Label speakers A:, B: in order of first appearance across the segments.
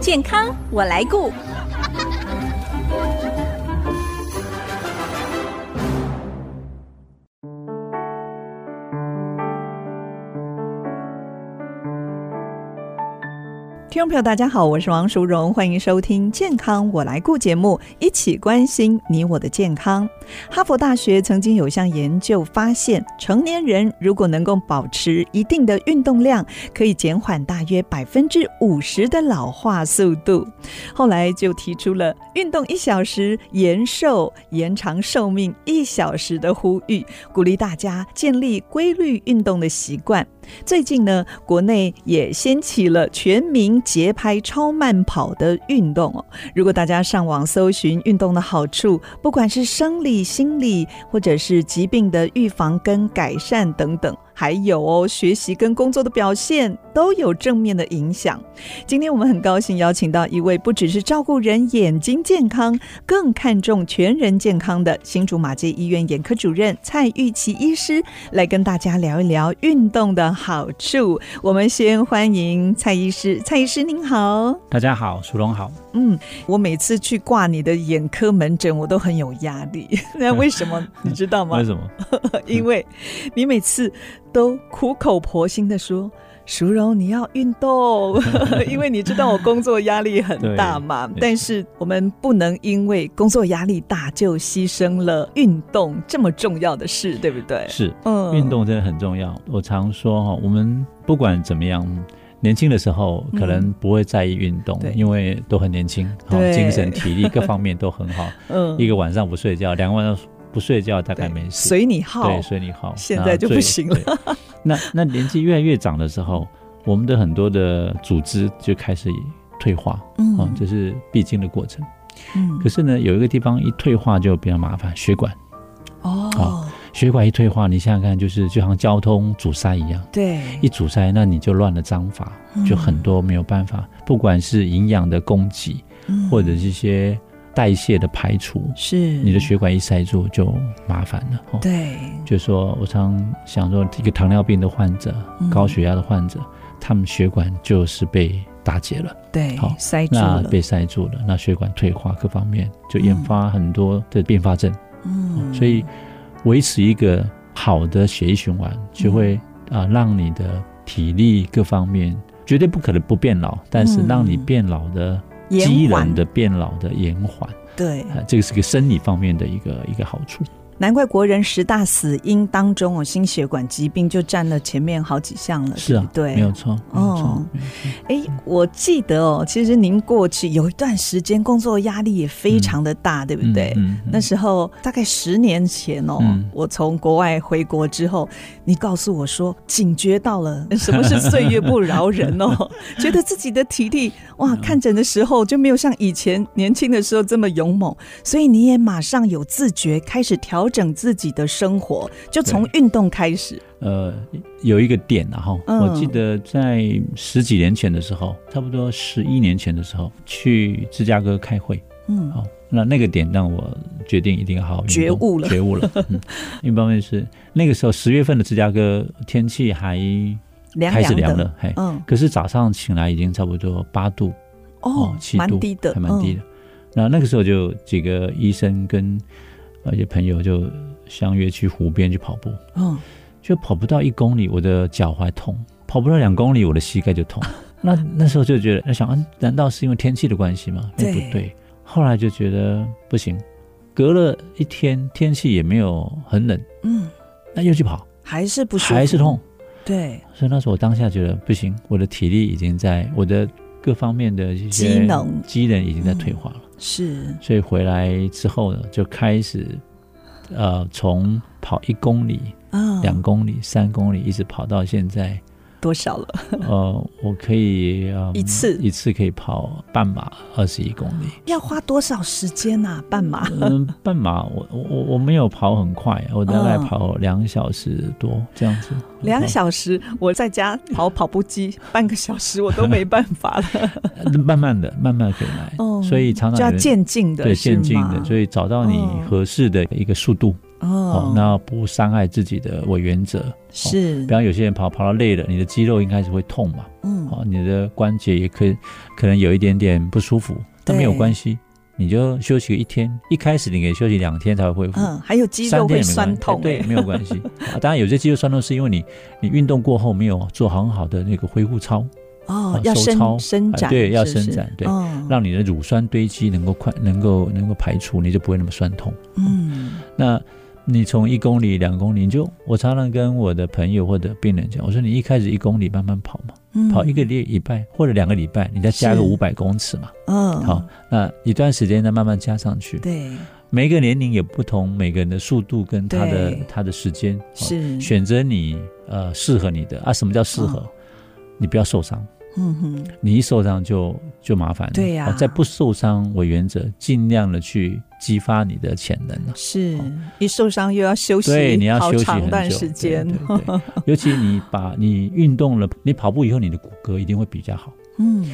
A: 健康我来顾。听众朋友，大家好，我是王淑荣，欢迎收听《健康我来顾》节目，一起关心你我的健康。哈佛大学曾经有项研究发现，成年人如果能够保持一定的运动量，可以减缓大约百分之五十的老化速度。后来就提出了“运动一小时延寿、延长寿命一小时”的呼吁，鼓励大家建立规律运动的习惯。最近呢，国内也掀起了全民节拍超慢跑的运动哦。如果大家上网搜寻运动的好处，不管是生理、心理，或者是疾病的预防跟改善等等，还有哦，学习跟工作的表现都有正面的影响。今天我们很高兴邀请到一位不只是照顾人眼睛健康，更看重全人健康的新竹马街医院眼科主任蔡玉琪医师，来跟大家聊一聊运动的好处。我们先欢迎蔡医师，蔡医师您好。
B: 大家好，属龙好。
A: 嗯，我每次去挂你的眼科门诊，我都很有压力。 那为什么你知道吗
B: 为？什么？
A: 因为你每次都苦口婆心的说。淑荣，你要运 动， 因为你知道我工作压力很大嘛
B: 对。对
A: 但是我们不能因为工作压力大就牺牲了运动这么重要的事，对不对？
B: 是
A: 嗯
B: 运动真的很重要。我常说哈，我们不管怎么样，年轻的时候可能不会在意运动，
A: 嗯对
B: 因为都很年轻，好
A: 对
B: 精神、体力各方面都很好。
A: 嗯
B: 一个晚上不睡觉，两个晚上不睡觉大概没
A: 对
B: 事。
A: 随你好
B: 对，。所以你好，
A: 现在就不行了
B: 了。对那那年纪越来越长的时候，我们的很多的组织就开始退化
A: 嗯
B: 啊，这是必经的过程。
A: 嗯
B: 可是呢，有一个地方一退化就比较麻烦，血管。
A: 哦
B: 好，血管一退化，你想想看，就是就像交通阻塞一样，
A: 对
B: 一，阻塞，那你就乱了章法，
A: 嗯
B: 就很多没有办法，不管是营养的供给，
A: 嗯
B: 或者是一些代谢的排除，
A: 是
B: 你的血管一塞住就麻烦了。哦，
A: 嗯对
B: 就说我常想说，一个糖尿病的患者、
A: 嗯
B: 高血压的患者，他们血管就是被打结了，
A: 对
B: 好
A: 塞住
B: 那
A: 了，
B: 被塞住了，那血管退化各方面就引发很多的并发症。
A: 嗯
B: 哦所以维持一个好的血液循环，
A: 嗯
B: 就会啊、让你的体力各方面绝对不可能不变老，但
A: 嗯
B: 是让你变老的、
A: 延
B: 机
A: 缓
B: 能的变老的延缓，
A: 对。
B: 啊、这个是个生理方面的一个一个好处。
A: 难怪国人十大死因当中，哦，心血管疾病就占了前面好几项了，
B: 是啊，
A: 对不
B: 没
A: 对
B: 有。错，没有错。
A: 哦
B: 没有错
A: 哎，我记得哦，其实您过去有一段时间工作压力也非常的大，对不对？
B: 嗯
A: 那时候大概十年前哦，
B: 嗯
A: 我从国外回国之后，你告诉我说警觉到 了什么是岁月不饶人哦，觉得自己的体力
B: 嗯
A: 哇，看诊的时候就没有像以前年轻的时候这么勇猛，所以你也马上有自觉开始调整自己的生活，就从运动开始。
B: 呃，有一个点然后、
A: 嗯
B: 我记得在十几年前的时候，差不多十一年前的时候，去芝加哥开会。
A: 嗯
B: 好，哦那那个点让我决定一定要好好运动
A: 觉悟了
B: 觉 悟了。嗯，一方面是那个时候十月份的芝加哥天气还
A: 凉
B: 开
A: 凉
B: 始
A: 的，
B: 凉了，哎嘿，
A: 嗯
B: 可是早上醒来已经差不多八度
A: 哦，
B: 七
A: 蛮
B: 度，
A: 低的，嗯
B: 还蛮低
A: 的，
B: 的。那那个时候就几个医生跟呃一些朋友就相约去湖边去跑步，
A: 嗯，
B: 就跑不到一公里，我的脚踝痛；跑不到两公里，我的膝盖就 痛。那那时候就觉得，那想，嗯，难道是因为天气的关系吗？
A: 对
B: 哎不对。后来就觉得不行，隔了一天，天气也没有很冷，
A: 嗯，
B: 那又去跑，
A: 还是不舒服，
B: 还是痛。
A: 对，
B: 所以那时候我当下觉得不行，我的体力已经在我的各方面的一些
A: 机能嗯
B: 机能已经在退化了。
A: 是，
B: 所以回来之后呢，就开始呃，从跑一公里、
A: 嗯，
B: 两公里、三公里，一直跑到现在。
A: 多少了？
B: 呃，我可以、呃
A: 一次
B: 一次可以跑半马二十一公里。
A: 要花多少时间呐、啊？半马？
B: 嗯，半马我我我我没有跑很快，我大概
A: 嗯
B: 跑两小时多这样子。
A: 两小时，我在家跑跑步机半个小时，我都没办法了。
B: 呃慢慢的，慢慢可以来。
A: 哦
B: 所以常
A: 就
B: 常
A: 要
B: 有人
A: 渐进的，
B: 对
A: 是
B: 渐进的，
A: 吗
B: 所以找到你
A: 哦
B: 合适的一个速度，哦
A: 哦，，
B: 那不伤害自己的为原则。
A: 是
B: 比，方有些人跑跑到累了，你的肌肉应该是会痛嘛，
A: 嗯，
B: 哦，你的关节也可以可能有一点点不舒服，但
A: 对
B: 没有关系，你就休息一天。一开始你可以休息两天才会恢复，
A: 嗯，还有肌肉
B: 三天
A: 会
B: 也没关
A: 酸
B: 系
A: 痛，
B: 对，
A: 哎
B: 没有 关系。啊当然有些肌肉酸痛是因为你你运动过后没有做很好的那个恢复操，
A: 哦
B: 啊，
A: 要
B: 收
A: 伸
B: 操
A: 伸
B: 啊
A: 展，
B: 对要
A: 是不
B: 伸
A: 是
B: 展对
A: 哦
B: 让你的乳酸堆积能够快能够能够排除，你就不会那么酸痛。
A: 嗯，
B: 那你从一公里、两公里，你就我常常跟我的朋友或者病人讲，我说你一开始一公里慢慢跑嘛，
A: 嗯
B: 跑一个，礼拜或者两个礼拜，你再加个
A: 是
B: 五百公尺嘛，
A: 嗯，
B: 好，哦那一段时间再慢慢加上去。
A: 对，
B: 每一个年龄也不同，每个人的速度跟他的
A: 对
B: 他的时间，好
A: 是，
B: 选择你呃适合你的啊。什么叫适合？你不要受伤，
A: 嗯哼，
B: 你一受伤就就麻烦了。
A: 对呀
B: 好在不受伤为原则，尽量的去激发你的潜能 啊。
A: 是一受伤又要休息，
B: 对，你要
A: 好
B: 休息
A: 长
B: 很
A: 段
B: 久。
A: 时间，
B: 对对对尤其你把你运动了，你跑步以后，你的骨骼一定会比较好。
A: 嗯，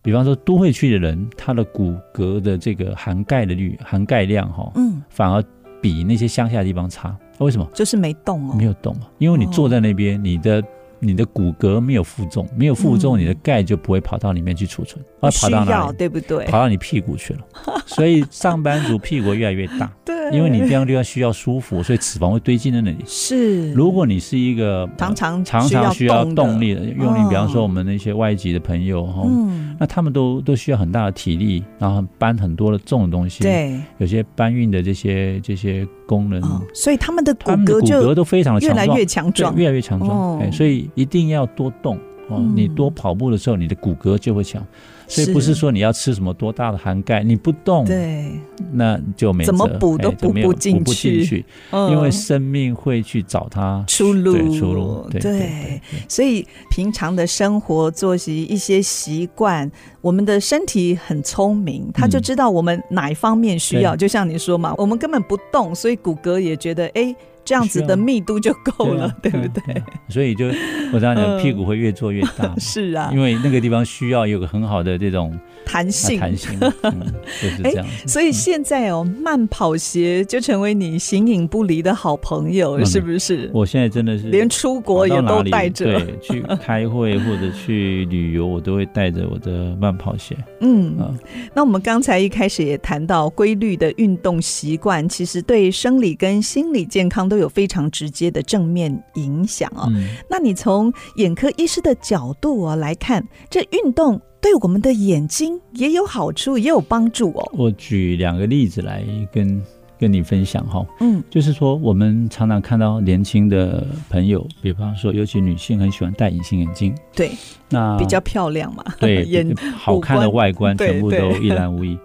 B: 比方说都会区的人，他的骨骼的这个涵盖的率、涵盖量哈、
A: 嗯，
B: 反而比那些乡下地方差。为什么？
A: 就是没动哦，
B: 没有动啊，因为你
A: 哦
B: 坐在那边，你的你的骨骼没有负重，没有负重，
A: 嗯
B: 你的钙就不会跑到里面去储存，
A: 不
B: 而
A: 需
B: 跑到哪
A: 要，
B: 里？
A: 对不对？
B: 跑到你屁股去 了。所以上班族屁股越来越大，
A: 对，
B: 因为你这样就要需要舒服，所以脂肪会堆积在那里。
A: 是，
B: 如果你是一个
A: 常
B: 呃
A: 常
B: 常常需要
A: 的
B: 动力，的用力，比方说
A: 哦
B: 我们那些外籍的朋友哈，
A: 嗯，
B: 那他们都都需要很大的体力，然后搬很多的重的东西，，
A: 对，
B: 有些搬运的这些这些功能，
A: 哦，所以他们的骨
B: 他们的
A: 骼
B: 骨
A: 就
B: 骼都非常的
A: 越
B: 强
A: 来
B: 壮，
A: 越强
B: 对
A: 壮，
B: 越来越强
A: 哦
B: 壮。哎，所以一定要多动哦
A: 嗯。
B: 你多跑步的时候，你的骨骼就会强。所以不是说你要吃什么多大的涵盖，你不动，
A: 对，
B: 那就没辙
A: 怎么补都
B: 哎就
A: 补
B: 没有
A: 不进
B: 补
A: 去
B: 去，
A: 嗯
B: 因为生命会去找它
A: 出路
B: 对出路，对
A: 对
B: 对对
A: 所以平常的生活作息、一些习惯，我们的身体很聪明，他就知道我们哪一方面需要。就像你说嘛，我们根本不动，所以骨骼也觉得，哎，这样子的密度就够了，对
B: 啊对
A: 不
B: 啊
A: 对？？
B: 啊啊所以就我常
A: 嗯
B: 常讲，屁股会越做越大嘛，
A: 是啊
B: 因，为那个地方需要有个很好的这种
A: 弹
B: 啊
A: 性。哎
B: 弹性，嗯就是这样 子。
A: 所以
B: 嗯
A: 现在哦，慢跑鞋就成为你形影不离的好朋友，
B: 嗯
A: 是不是？
B: 我现在真的是
A: 连出国也
B: 跑到
A: 都
B: 哪里
A: 带着，
B: 对，去开会或者去旅游，我都会带着我的慢跑鞋
A: 嗯，
B: 啊。
A: 那我们刚才一开始也谈到，规律的运动习惯其实对生理跟心理健康都有非常直接的正面影响哦。
B: 嗯，
A: 那你从眼科医师的角度哦来看，这运动对我们的眼睛也有好处，也有帮助哦。
B: 我举两个例子来跟跟你分享哈，
A: 嗯，
B: 就是说我们常常看到年轻的朋友，比方说，尤其女性很喜欢戴隐形眼镜，
A: 对，
B: 那
A: 比较漂亮嘛，
B: 对
A: 眼
B: 好看的外观
A: 对
B: 全部都
A: 对
B: 一览 无遗。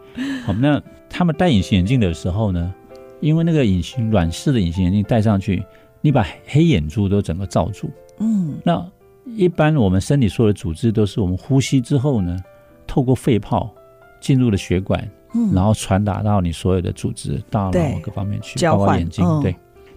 B: 好，那他们戴隐形眼镜的时候呢，因为那个隐形软式的隐形眼镜戴上去，你把黑眼珠都整个罩住。
A: 嗯
B: 那一般我们身体所有的组织都是我们呼吸之后呢，透过肺泡进入了血管，
A: 嗯，
B: 然后传达到你所有的组织、大
A: 对
B: 脑各方面去，
A: 交
B: 包括
A: 换
B: 眼睛。
A: 嗯
B: 对，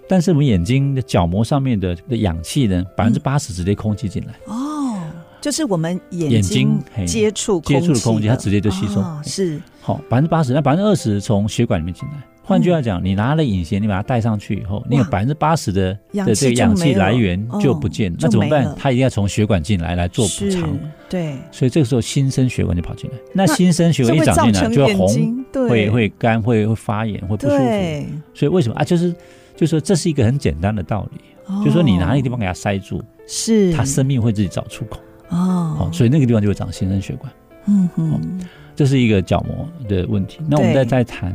B: 但是我们眼睛的角膜上面的的氧气呢，百分
A: 嗯
B: 之八十直接空气进来。
A: 哦，就是我们眼
B: 眼
A: 睛
B: 睛嘿
A: 接触
B: 接触
A: 的
B: 的空气它直接就吸收
A: 哦是
B: 好，百分之八十，那百分之二十从血管里面进来。换句话讲，你拿了隐形，你把它戴上去以后，你有
A: 嗯哇
B: 百分之八十的
A: 氧
B: 的
A: 气
B: 这个氧
A: 就没
B: 气
A: 了哦嗯
B: 来源就不见了，那怎么
A: 就没
B: 办
A: 了？
B: 它一定要从血管进来来做补
A: 是
B: 偿。
A: 对，
B: 所以这个时候新生血管就跑进来，那
A: 那
B: 新生血管一
A: 会
B: 长
A: 造
B: 进来
A: 成
B: 就会
A: 眼
B: 红，
A: 睛对
B: 会会干，会会发炎，会不舒服。
A: 对，
B: 所以为什么啊？就是就是说这是一个很简单的道理，就是说你拿那个地方给它塞住，
A: 哦是
B: 它生命会自己找出口。
A: 哦
B: 好，，所以那个地方就会长新生血管。
A: 嗯哼，
B: 这是一个角膜的问题。那我们
A: 对
B: 再再谈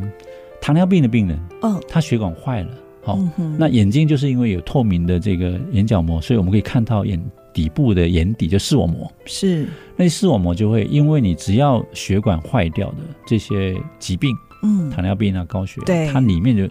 B: 糖尿病的病人，
A: 嗯，
B: 他血管坏了，好、
A: 嗯哼
B: 哦那眼睛就是因为有透明的这个眼角膜，所以我们可以看到眼底部的眼底就视网膜。
A: 是
B: 那视网膜就会因为你只要血管坏掉的这些疾病，
A: 嗯，
B: 糖尿病啊、高血
A: 对
B: 压，它里面就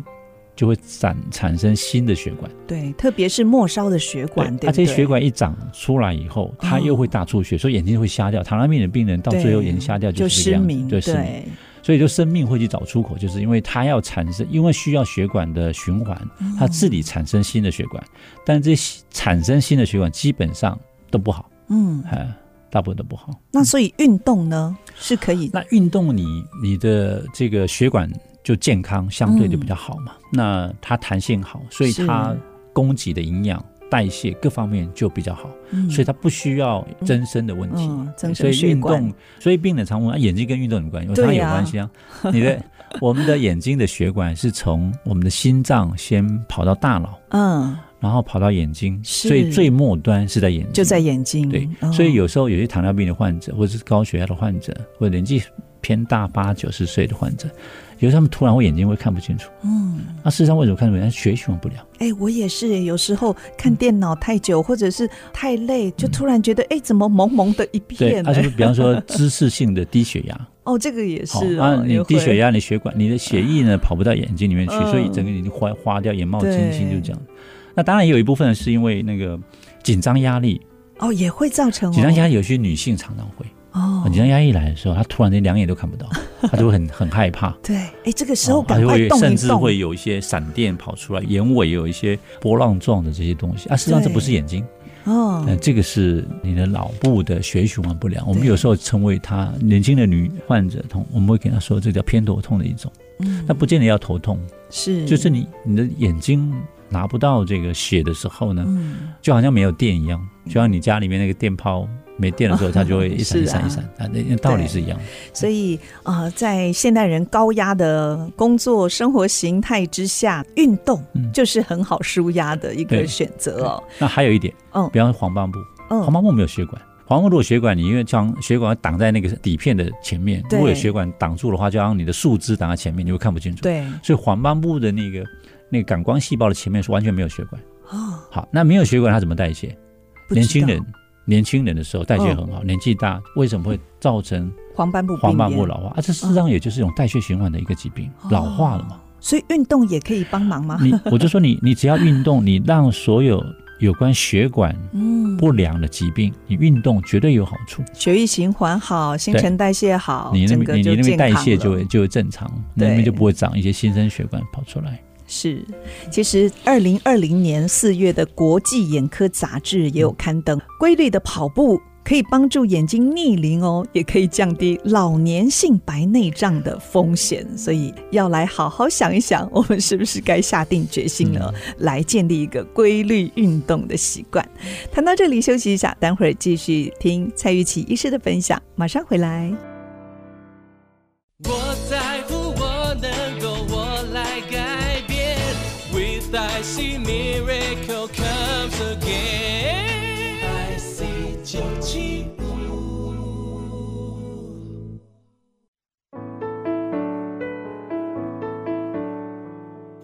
B: 就会产产生新的血管，
A: 对，特别是末梢的血管，对嗯
B: 它
A: 不对，
B: 这些血管一长出来以后，它又会大出血，所以眼睛会瞎掉。糖尿病的病人到
A: 对
B: 最后眼睛瞎掉
A: 就是失
B: 这个样子
A: 明，
B: 对失明。
A: 对，
B: 所以就生命会去找出口，就是因为它要产生，因为需要血管的循环，
A: 嗯
B: 它自己产生新的血管，但这些产生新的血管基本上都不好，
A: 嗯，
B: 呃，大部分都不好。
A: 那所以运动呢是可以
B: 那运动你你的这个血管就健康相对就比较好嘛。那它弹性好，所以
A: 嗯是
B: 它供给的营养、代谢各方面就比较好，
A: 嗯
B: 所以它不需要增生的问题。
A: 嗯，增
B: 所
A: 生
B: 以
A: 血
B: 运
A: 管
B: 动，所以病人常问、啊、眼睛跟运动有关系，我
A: 对
B: 常有
A: 呀
B: 关系啊。你的 我们的眼睛的血管是从我们的心脏先跑到大脑，
A: 嗯，
B: 然后跑到眼睛，
A: 是
B: 所以最末端是在眼睛，
A: 就在眼睛，
B: 对，
A: 嗯
B: 所以有时候有些糖尿病的患者，或者是高血压的患者，或者年纪偏大八九十岁的患者，有时候他们突然会眼睛会看不清楚。
A: 嗯，
B: 那、事实上为什么看不清楚？他血液循环 不良。
A: 哎，我也是耶，有时候看电脑太久，或者是太累，就突然觉得哎，怎么蒙蒙的一
B: 嗯对，
A: 片呢
B: 而？且比方说姿势性的低血 压，
A: 哦，这个也
B: 好
A: 是
B: 啊
A: 哦，，
B: 你
A: 也
B: 低
A: 会
B: 血压，你血管你的血液呢跑不到眼睛里面去，
A: 嗯
B: 所以整个眼睛花花掉，眼冒金星
A: 对
B: 就这样。那当然也有一部分是因为那个紧张压力，
A: 哦，也会造成
B: 紧张压
A: 力
B: 力有些女性常常会，
A: 哦，
B: 紧张压力来的时候，她突然间两眼都看不到，她就会很 很害怕。
A: 对，哎，这个时候
B: 哦还
A: 赶快
B: 会
A: 动一
B: 甚至
A: 动，
B: 会有一些闪电跑出来，眼尾有一些波浪状的这些东西啊。实际上这不是眼睛，
A: 哦
B: 呃，，这个是你的脑部的血液循环不良。我们
A: 对
B: 有时候称为它年轻的女患者痛，我们会给她说这叫偏头痛的一种。
A: 嗯
B: 那不见得要头痛，
A: 是
B: 就是你你的眼睛拿不到这个血的时候呢，
A: 嗯，
B: 就好像没有电一样，就像你家里面那个电泡。没电的时候，它就会一闪一闪 一
A: 是
B: 闪啊，那那道理
A: 对
B: 是一样的。
A: 所以啊、呃在现代人高压的工作生活形态之下，运动
B: 嗯
A: 就是很好舒压的一个
B: 对
A: 选择哦。
B: 那还有一点，
A: 嗯
B: 比方说黄斑部，黄
A: 嗯，
B: 斑部没有血管，黄斑部如果血管，你因为将血管挡在那个底片的前面，
A: 对
B: 如果有血管挡住的话，就让你的树枝挡在前面，你会看不清楚。
A: 对，
B: 所以黄斑部的那个那个感光细胞的前面是完全没有血管。
A: 哦，
B: 好，那没有血管它怎么代谢？
A: 不知
B: 年轻
A: 道嗯
B: 人年轻人的时候代谢很好，年纪大为什么会造成
A: 黄斑部
B: 黄斑
A: 病
B: 部
A: 变，
B: 老化？啊，这事实上也就是一种代谢循环的一个疾病，老化了 嘛。
A: 哦所以运动也可以帮忙吗？
B: 你我就说你你只要运动，你让所有有关血管
A: 嗯，
B: 不良的疾病，你运动绝对有好处。
A: 血液循环好，新
B: 对
A: 陈代谢好，
B: 你那
A: 哦整
B: 边
A: 个
B: 你
A: 就
B: 你那
A: 健
B: 边代
A: 康
B: 谢就
A: 了
B: 会就会正常，你那
A: 对
B: 边就不会长一些新生血管跑出来。
A: 是，其实二零二零年四月的国际眼科杂志也有刊登，规律的跑步可以帮助眼睛逆龄哦，也可以降低老年性白内障的风险，所以要来好好想一想，我们是不是该下定决心了，来建立一个规律运动的习惯。谈到这里，休息一下，待会儿继续听蔡玉琪医师的分享，马上回来。
C: 我在乎我能够，我来改变。With I see miracle comes again。I see 九七五。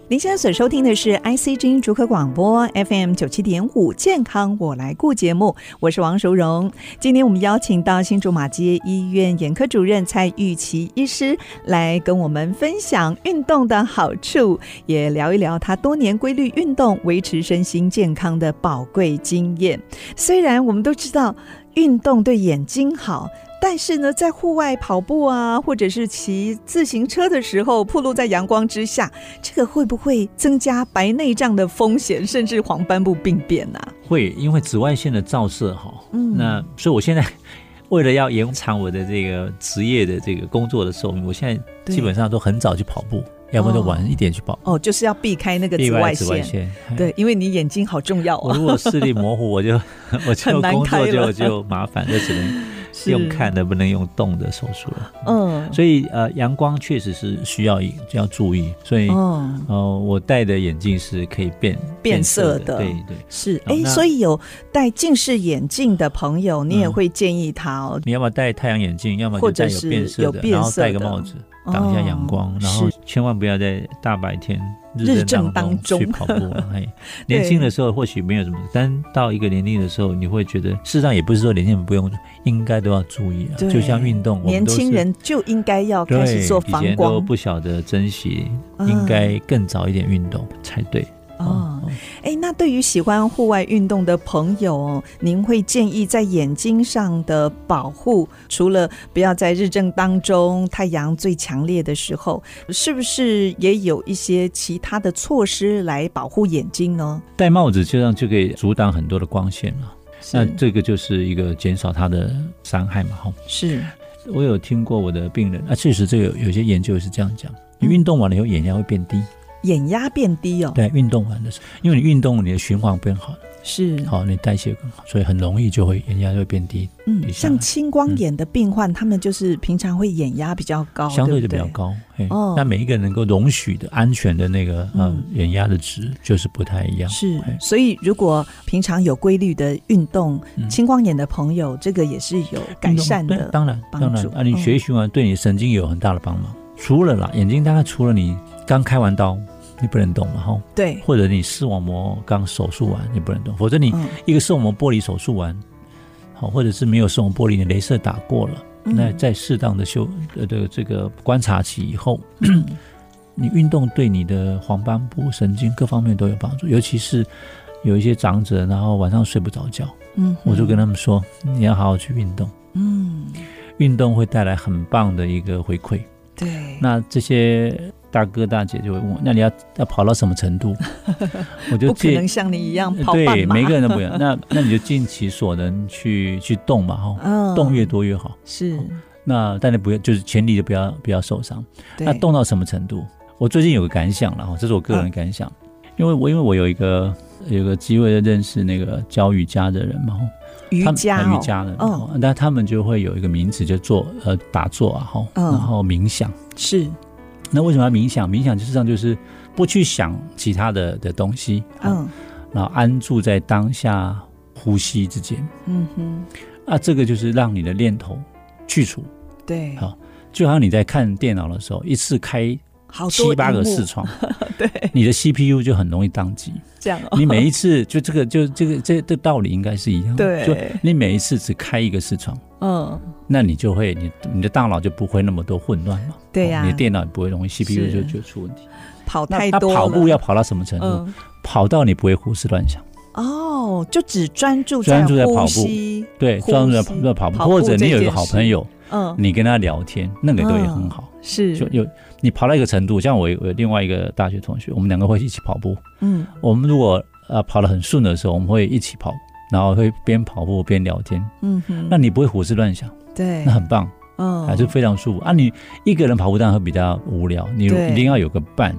A: 您现在所收听的是 IC 之音逐客广播 FM 九七点五健康我来顾节目，我是王淑荣。今天我们邀请到新竹马街医院眼科主任蔡玉琪医师来跟我们分享运动的好处，也聊一聊他多年规律运动维持身心健康的宝贵经验。虽然我们都知道运动对眼睛好。但是呢，在户外跑步啊，或者是骑自行车的时候，暴露在阳光之下，这个会不会增加白内障的风险，甚至黄斑部病变啊呢、
B: 会因为紫外线的照射哈，
A: 嗯
B: 那所以我现在 为了要延长我的这个职业的这个工作的寿命，我现在
A: 对
B: 基本上都很早去跑步，要不然就晚一点去跑。
A: 哦，就是要避开那个
B: 意
A: 紫
B: 外
A: 外
B: 的
A: 线，
B: 紫外线，哎，
A: 对，因为你眼睛好重要
B: 我
A: 啊，
B: 如果视力模糊，我就 我就
A: 很难
B: 工
A: 开
B: 作
A: 了
B: 就就麻烦，就只能
A: 是
B: 用看，的，不能用动的手术了。
A: 嗯，
B: 所以呃，阳光确实是需要要注意，所以。
A: 哦，
B: 哦，我戴的眼镜是可以变
A: 变色的
B: 对对。
A: 是，
B: 好
A: 哎，
B: 那
A: 所以有戴近视眼镜的朋友，你也
B: 嗯
A: 会建议他哦，
B: 你要么戴太阳眼镜，要么
A: 或
B: 就
A: 者
B: 戴
A: 是
B: 有变色
A: 有
B: 的，
A: 变
B: 然后
A: 色
B: 戴个
A: 的
B: 帽子挡一下阳光，
A: 哦
B: 然后
A: 是
B: 千万不要在大白天
A: 日
B: 日
A: 正
B: 正
A: 当
B: 当
A: 中
B: 中去跑步。 嘿，年轻的时候或许没有什么，但到一个年龄的时候，你会觉得，事实上也不是说年轻人不用，应该都要注意啊。
A: 对
B: 就像运动，我们
A: 年
B: 都是
A: 轻人就应该要
B: 对
A: 开始做
B: 以
A: 防
B: 前都
A: 光
B: 不晓得珍惜，
A: 嗯
B: 应该更早一点运动才对。
A: 哦
B: 嗯，
A: 哎，那对于喜欢户外运动的朋友哦，您会建议在眼睛上的保护，除了不要在日正当中太阳最强烈的时候，是不是也有一些其他的措施来保护眼睛呢？
B: 戴帽子就让就可以阻挡很多的光线嘛，那这个就是呃一个减少它的伤害嘛，哈。
A: 是嗯
B: 我有听过我的病人啊，确实这个有有些研究是这样讲，你运动完了以后，眼压会变低。
A: 眼压变低哦，
B: 对，运动完的时候，因为你运动，你的循环变好了，
A: 是，
B: 好，你代谢更好，所以很容易就会眼压就会变低，
A: 嗯，
B: 一下
A: 像青光眼的病患，他们就是平常会眼压比较高，
B: 相对就
A: 哦不
B: 比较高。嘿
A: 哦
B: 那每一个能够容许的安全的那个呃
A: 嗯
B: 眼压的值就是不太一样。
A: 是
B: 哎，
A: 所以如果平常有规律的运动，
B: 嗯
A: 青光眼的朋友，这个也是有改
B: 运动
A: 善
B: 对
A: 的。
B: 当然
A: 帮
B: 当然
A: 助，
B: 啊，你
A: 嗯
B: 血液循环对你神经有很大的帮忙。除了啦，眼睛大概除了你刚开完刀，你不能动嘛，吼，
A: 对，
B: 或者你视网膜刚手术完，你不能动，否则你
A: 嗯，
B: 一个视网膜剥离手术完，好，或者是没有视网膜剥离，你镭射打过了，
A: 嗯
B: 那在适当的休呃的这个观察期以后，
A: 嗯
B: 你运动对你的黄斑部神经各方面都有帮助，尤其是有一些长者，然后晚上睡不着觉，
A: 嗯，
B: 我就跟他们说，你要好好去运动，
A: 嗯，
B: 运动会带来很棒的一个回馈。
A: 对，
B: 那这些大哥大姐就会问我，那你要要跑到什么 程度？我就
A: 不可
B: 建
A: 能像你一样跑半
B: 对
A: 马，
B: 每个人都不 一样，那那你就尽其所能去去动嘛，哈、
A: 嗯
B: 动越多哦越好。
A: 是，
B: 那但是不要，就是前提就不要不要受伤。
A: 对
B: 那动到什么程度？我最近有个感想了哈，这是我个
A: 嗯
B: 人的感想，因为我因为我有一个有个机会认识那个教瑜伽的人嘛，吼
A: 瑜
B: 他们
A: 伽
B: 啊
A: 哦
B: 瑜伽的人，
A: 嗯
B: 吼那他们就会有一个名词，就做呃打坐啊，哈，
A: 嗯
B: 然后冥想。
A: 是，
B: 那为什么要冥想？冥想就是这样，就是不去想其他的的东西，吼，
A: 嗯
B: 然后安住在当下呼吸之间。
A: 嗯哼，
B: 啊，这个就是让你的念头去除，
A: 对，
B: 好就好像你在看电脑的时候，一次开
A: 哦好多
B: 七八
A: 荧
B: 个
A: 幕
B: 视窗，
A: 对，
B: 你的 CPU 就很容易宕机。
A: 这样哦，
B: 你每一次就这个就这个这这道理应该是一样的，
A: 对
B: 就你每一次只开一个视窗，
A: 嗯，
B: 那你就会你你的大脑就不会那么多混乱嘛，
A: 对呀
B: 哦你的电脑也不会容易 CPU 就是就出问题。
A: 跑
B: 那
A: 太
B: 那
A: 多了，
B: 跑步要跑到什么程度？
A: 嗯
B: 跑到你不会胡思乱想，
A: 哦，就只专注
B: 专注在跑步
A: 呼吸
B: 对，
A: 呼吸
B: 专注在跑在跑步，
A: 跑步
B: 或者你有
A: 这件
B: 一个
A: 事
B: 好朋友，
A: 嗯，
B: 你跟他聊天，那个都也很好。
A: 是，
B: 就有你跑到一个程度，像我有我有另外一个大学同学，我们两个会一起跑步。
A: 嗯，
B: 我们如果呃跑得很顺的时候，我们会一起跑，然后会边跑步边聊天。
A: 嗯哼，
B: 那你不会胡思乱想，
A: 对
B: 那，很棒，
A: 嗯，
B: 还是非常舒服啊。你一个人跑步当然会比较无聊，你
A: 对
B: 一定要有个伴，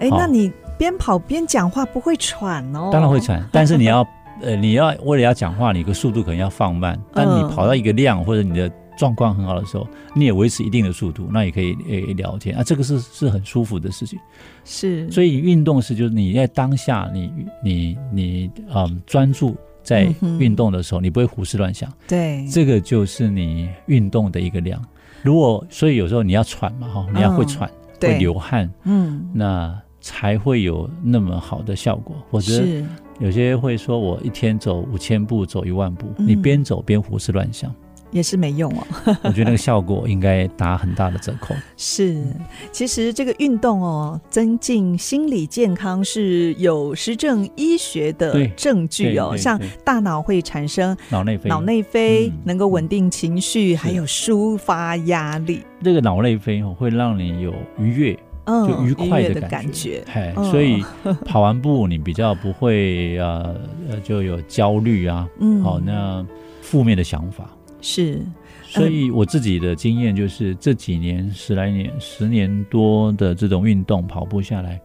A: 哎，
B: 好
A: 那你边跑边讲话不会喘哦？
B: 当然会，喘，但是你要呃你要为了要讲话，你个速度可能要放慢。但你
A: 嗯
B: 跑到一个量或者你的状况很好的时候，你也维持一定的速度，那也可以呃聊天啊，这个是是很舒服的事情。
A: 是，
B: 所以运动是就是你在当下你，你你嗯专注在
A: 嗯哼
B: 运动的时候，你不会胡思乱想，
A: 对，
B: 这个就是你运动的一个量。如果所以有时候你要喘嘛哈，你要会喘、会
A: 嗯对，
B: 流汗，
A: 嗯，
B: 那才会有那么好的效果。否则
A: 是，
B: 有些会说我一天走五千步，走一万步，
A: 嗯
B: 你边走边胡思乱想，
A: 也是没用哦。
B: 我觉得那个效果应该打很大的折扣。
A: 是，其实这个运动哦，增进心理健康是有实证医学的
B: 对
A: 证据哦，
B: 对对
A: 像
B: 对
A: 大脑会产生
B: 脑内啡，
A: 脑内啡
B: 嗯，
A: 能够稳定情绪，还
B: 是
A: 有抒发压力，
B: 这个脑内啡哦会让你有愉悦。
A: 嗯，
B: 就愉快
A: 悦
B: 的
A: 的
B: 感
A: 觉，
B: 哎，
A: 嗯
B: 所以跑完步你比较不会呃呃就有焦虑啊，
A: 嗯，
B: 好、那负面的想法。
A: 是，
B: 所以我自己的经验就是这几年十来年、十年多的这种运动跑步下来，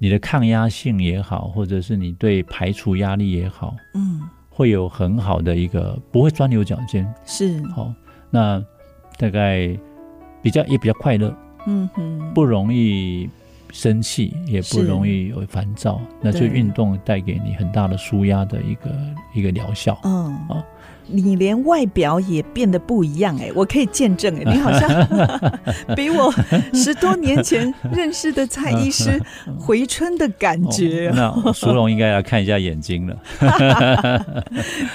B: 你的抗压性也好，或者是你对排除压力也好，
A: 嗯，
B: 会有很好的一个不会钻牛角尖。
A: 是，
B: 好、那大概比较也比较快乐。
A: 嗯哼，
B: 不容易生气，也不
A: 是
B: 容易有烦躁，那就
A: 对
B: 运动带给你很大的舒压的一个一个疗效。
A: 嗯
B: 哦，
A: 你连外表也变得不一样哎、我可以见证 哎、你好像 比我十多年前认识的蔡医 师回春的感觉，
B: 嗯哦、那苏荣应该要看一下眼睛 了。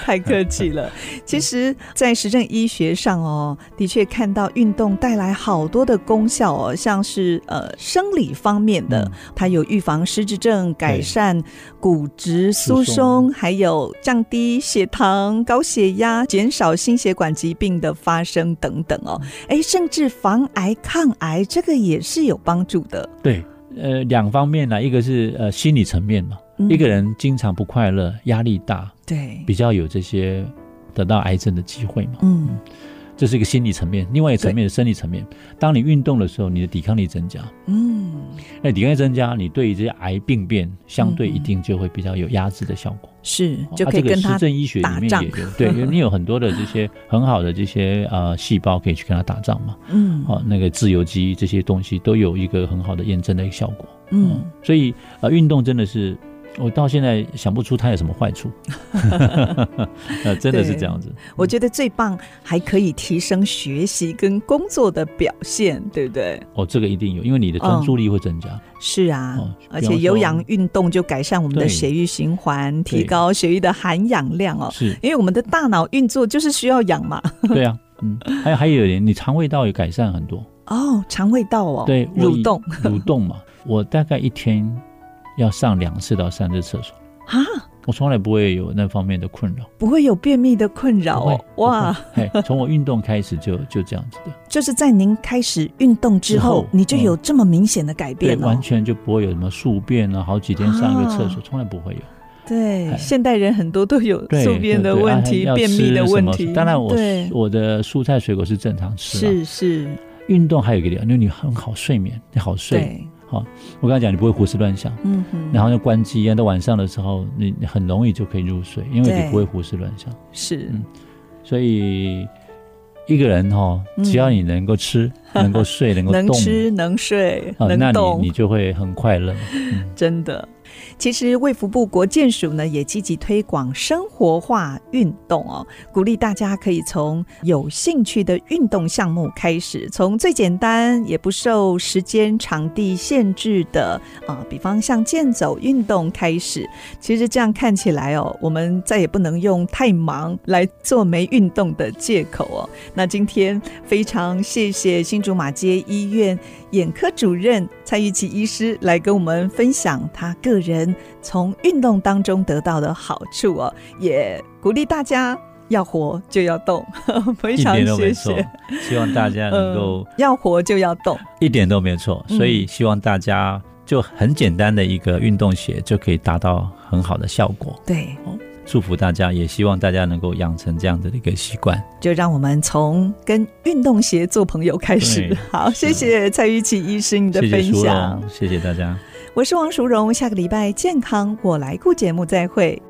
A: 太客气 了。其实，在实证医学上哦，的确看到运动带来好多的功效哦，像是呃生理方面的，
B: 嗯
A: 它有预防失智症、改
B: 对
A: 善骨质疏
B: 疏
A: 松，
B: 松
A: 还有降低血糖、高血压，减少心血管疾病的发生等等
B: 嗯
A: 哦。哎，甚至防癌、抗癌，这个也是有帮助的。
B: 对，呃，两方面呢，一个是呃心理层面嘛，
A: 嗯
B: 一个人经常不快乐、压力大，
A: 对，
B: 比较有这些得到癌症的机会嘛。
A: 嗯，
B: 这是一个心理层面，另外一个层面是生理层面。当你运动的时候，你的抵抗力增加，
A: 嗯，
B: 那你抵抗力增加，你对于这些癌病变相对
A: 嗯嗯
B: 一定就会比较有压制的效果。
A: 是
B: 哦
A: 就
B: 啊
A: 可以
B: 这个
A: 跟他
B: 实证医学里
A: 打
B: 面
A: 仗
B: 也有，对，因为你有很多的这 些很好的这些呃细胞可以去跟它打仗嘛。
A: 嗯
B: 哦，那个自由基这些东西都有一个很好的验证的一个效果。
A: 嗯，
B: 所以呃，运动真的是我到现在想不出它有什么 坏处，呃，真的是这样子。
A: 我觉得最棒还可以提升学习跟工作的表现，对不对？
B: 哦，这个一定有，因为你的专注力会增加。
A: 是啊，
B: 哦比
A: 而
B: 方
A: 且
B: 说
A: 有氧运动就改善我们的
B: 对
A: 血液循环，提
B: 对
A: 高血液的含氧量哦。，
B: 是
A: 因为我们的大脑运作就是需要氧嘛。
B: 对啊，嗯，还有还有一点，你肠胃道也改善很多，
A: 哦，肠胃道哦，
B: 对，我
A: 蠕
B: 以
A: 动
B: 蠕动嘛，我大概一天要上两次到三次厕所，
A: 啊，
B: 我从来不会有那方面的困扰。
A: 不会有便秘的困扰
B: 不会
A: 哦。哇，，
B: 不会 嘿，从我运动开始就就这样子的，
A: 就是在您开始运动之后
B: 之后，嗯
A: 你就有这么明显的改
B: 对，
A: 变
B: 完
A: 哦。
B: 全就不会有什么宿便啊，好几天上一个厕
A: 啊
B: 所，从来不会有。
A: 对，
B: 哎
A: 现代人很多都有
B: 对
A: 宿便的
B: 对对
A: 问
B: 啊
A: 题、
B: 要
A: 便秘
B: 吃
A: 的
B: 什
A: 问
B: 么
A: 题。
B: 当然我
A: 对
B: 我的蔬菜水果是正常吃啦。
A: 是是，
B: 运动还有一个点，因为你很好睡眠，你好睡。
A: 对，
B: 我刚才讲你不会胡思乱想，
A: 嗯哼，
B: 然后要关机一啊样，到晚上的时候你你很容易就可以入睡，因为
A: 对
B: 你不会胡思乱想。
A: 是
B: 嗯所以一个人哈
A: 嗯，
B: 只要你能 够吃、能够睡、能够
A: 能
B: 动，
A: 吃能睡
B: 啊，那
A: 能动
B: 你你，就会很 快乐。
A: 真的。其实卫福部国健署呢也积极推广生活化运动哦，鼓励大家可以从有兴趣的运动项目开始，从最简单也不受时间场地限制的啊、比方像健走运动开始。其实这样看起来哦，我们再也不能用太忙来做没运动的借口哦。那今天非常谢谢新竹马街医院眼科主任蔡玉琪医师来跟我们分享他个人从运动当中得到的好处哦，也鼓励大家要活就要动， 非
B: 一
A: 常
B: 点都
A: 谢
B: 没错
A: 谢。， 嗯
B: 希望大家能够、
A: 要活就要动，
B: 一点都没错，
A: 嗯
B: 所以希望大家就很简单的一个运动鞋就可以达到很好的效果。
A: 对，
B: 祝福大家，也希望大家能够养成这样的一个习惯。
A: 就让我们从跟运动鞋做朋友开始
B: 对。
A: 好，谢
B: 是
A: 谢蔡玉琪医师你的
B: 谢
A: 分
B: 谢
A: 享
B: 苏。荣，谢谢大家。
A: 我是王淑荣，下个礼拜健康我来顾节目再会。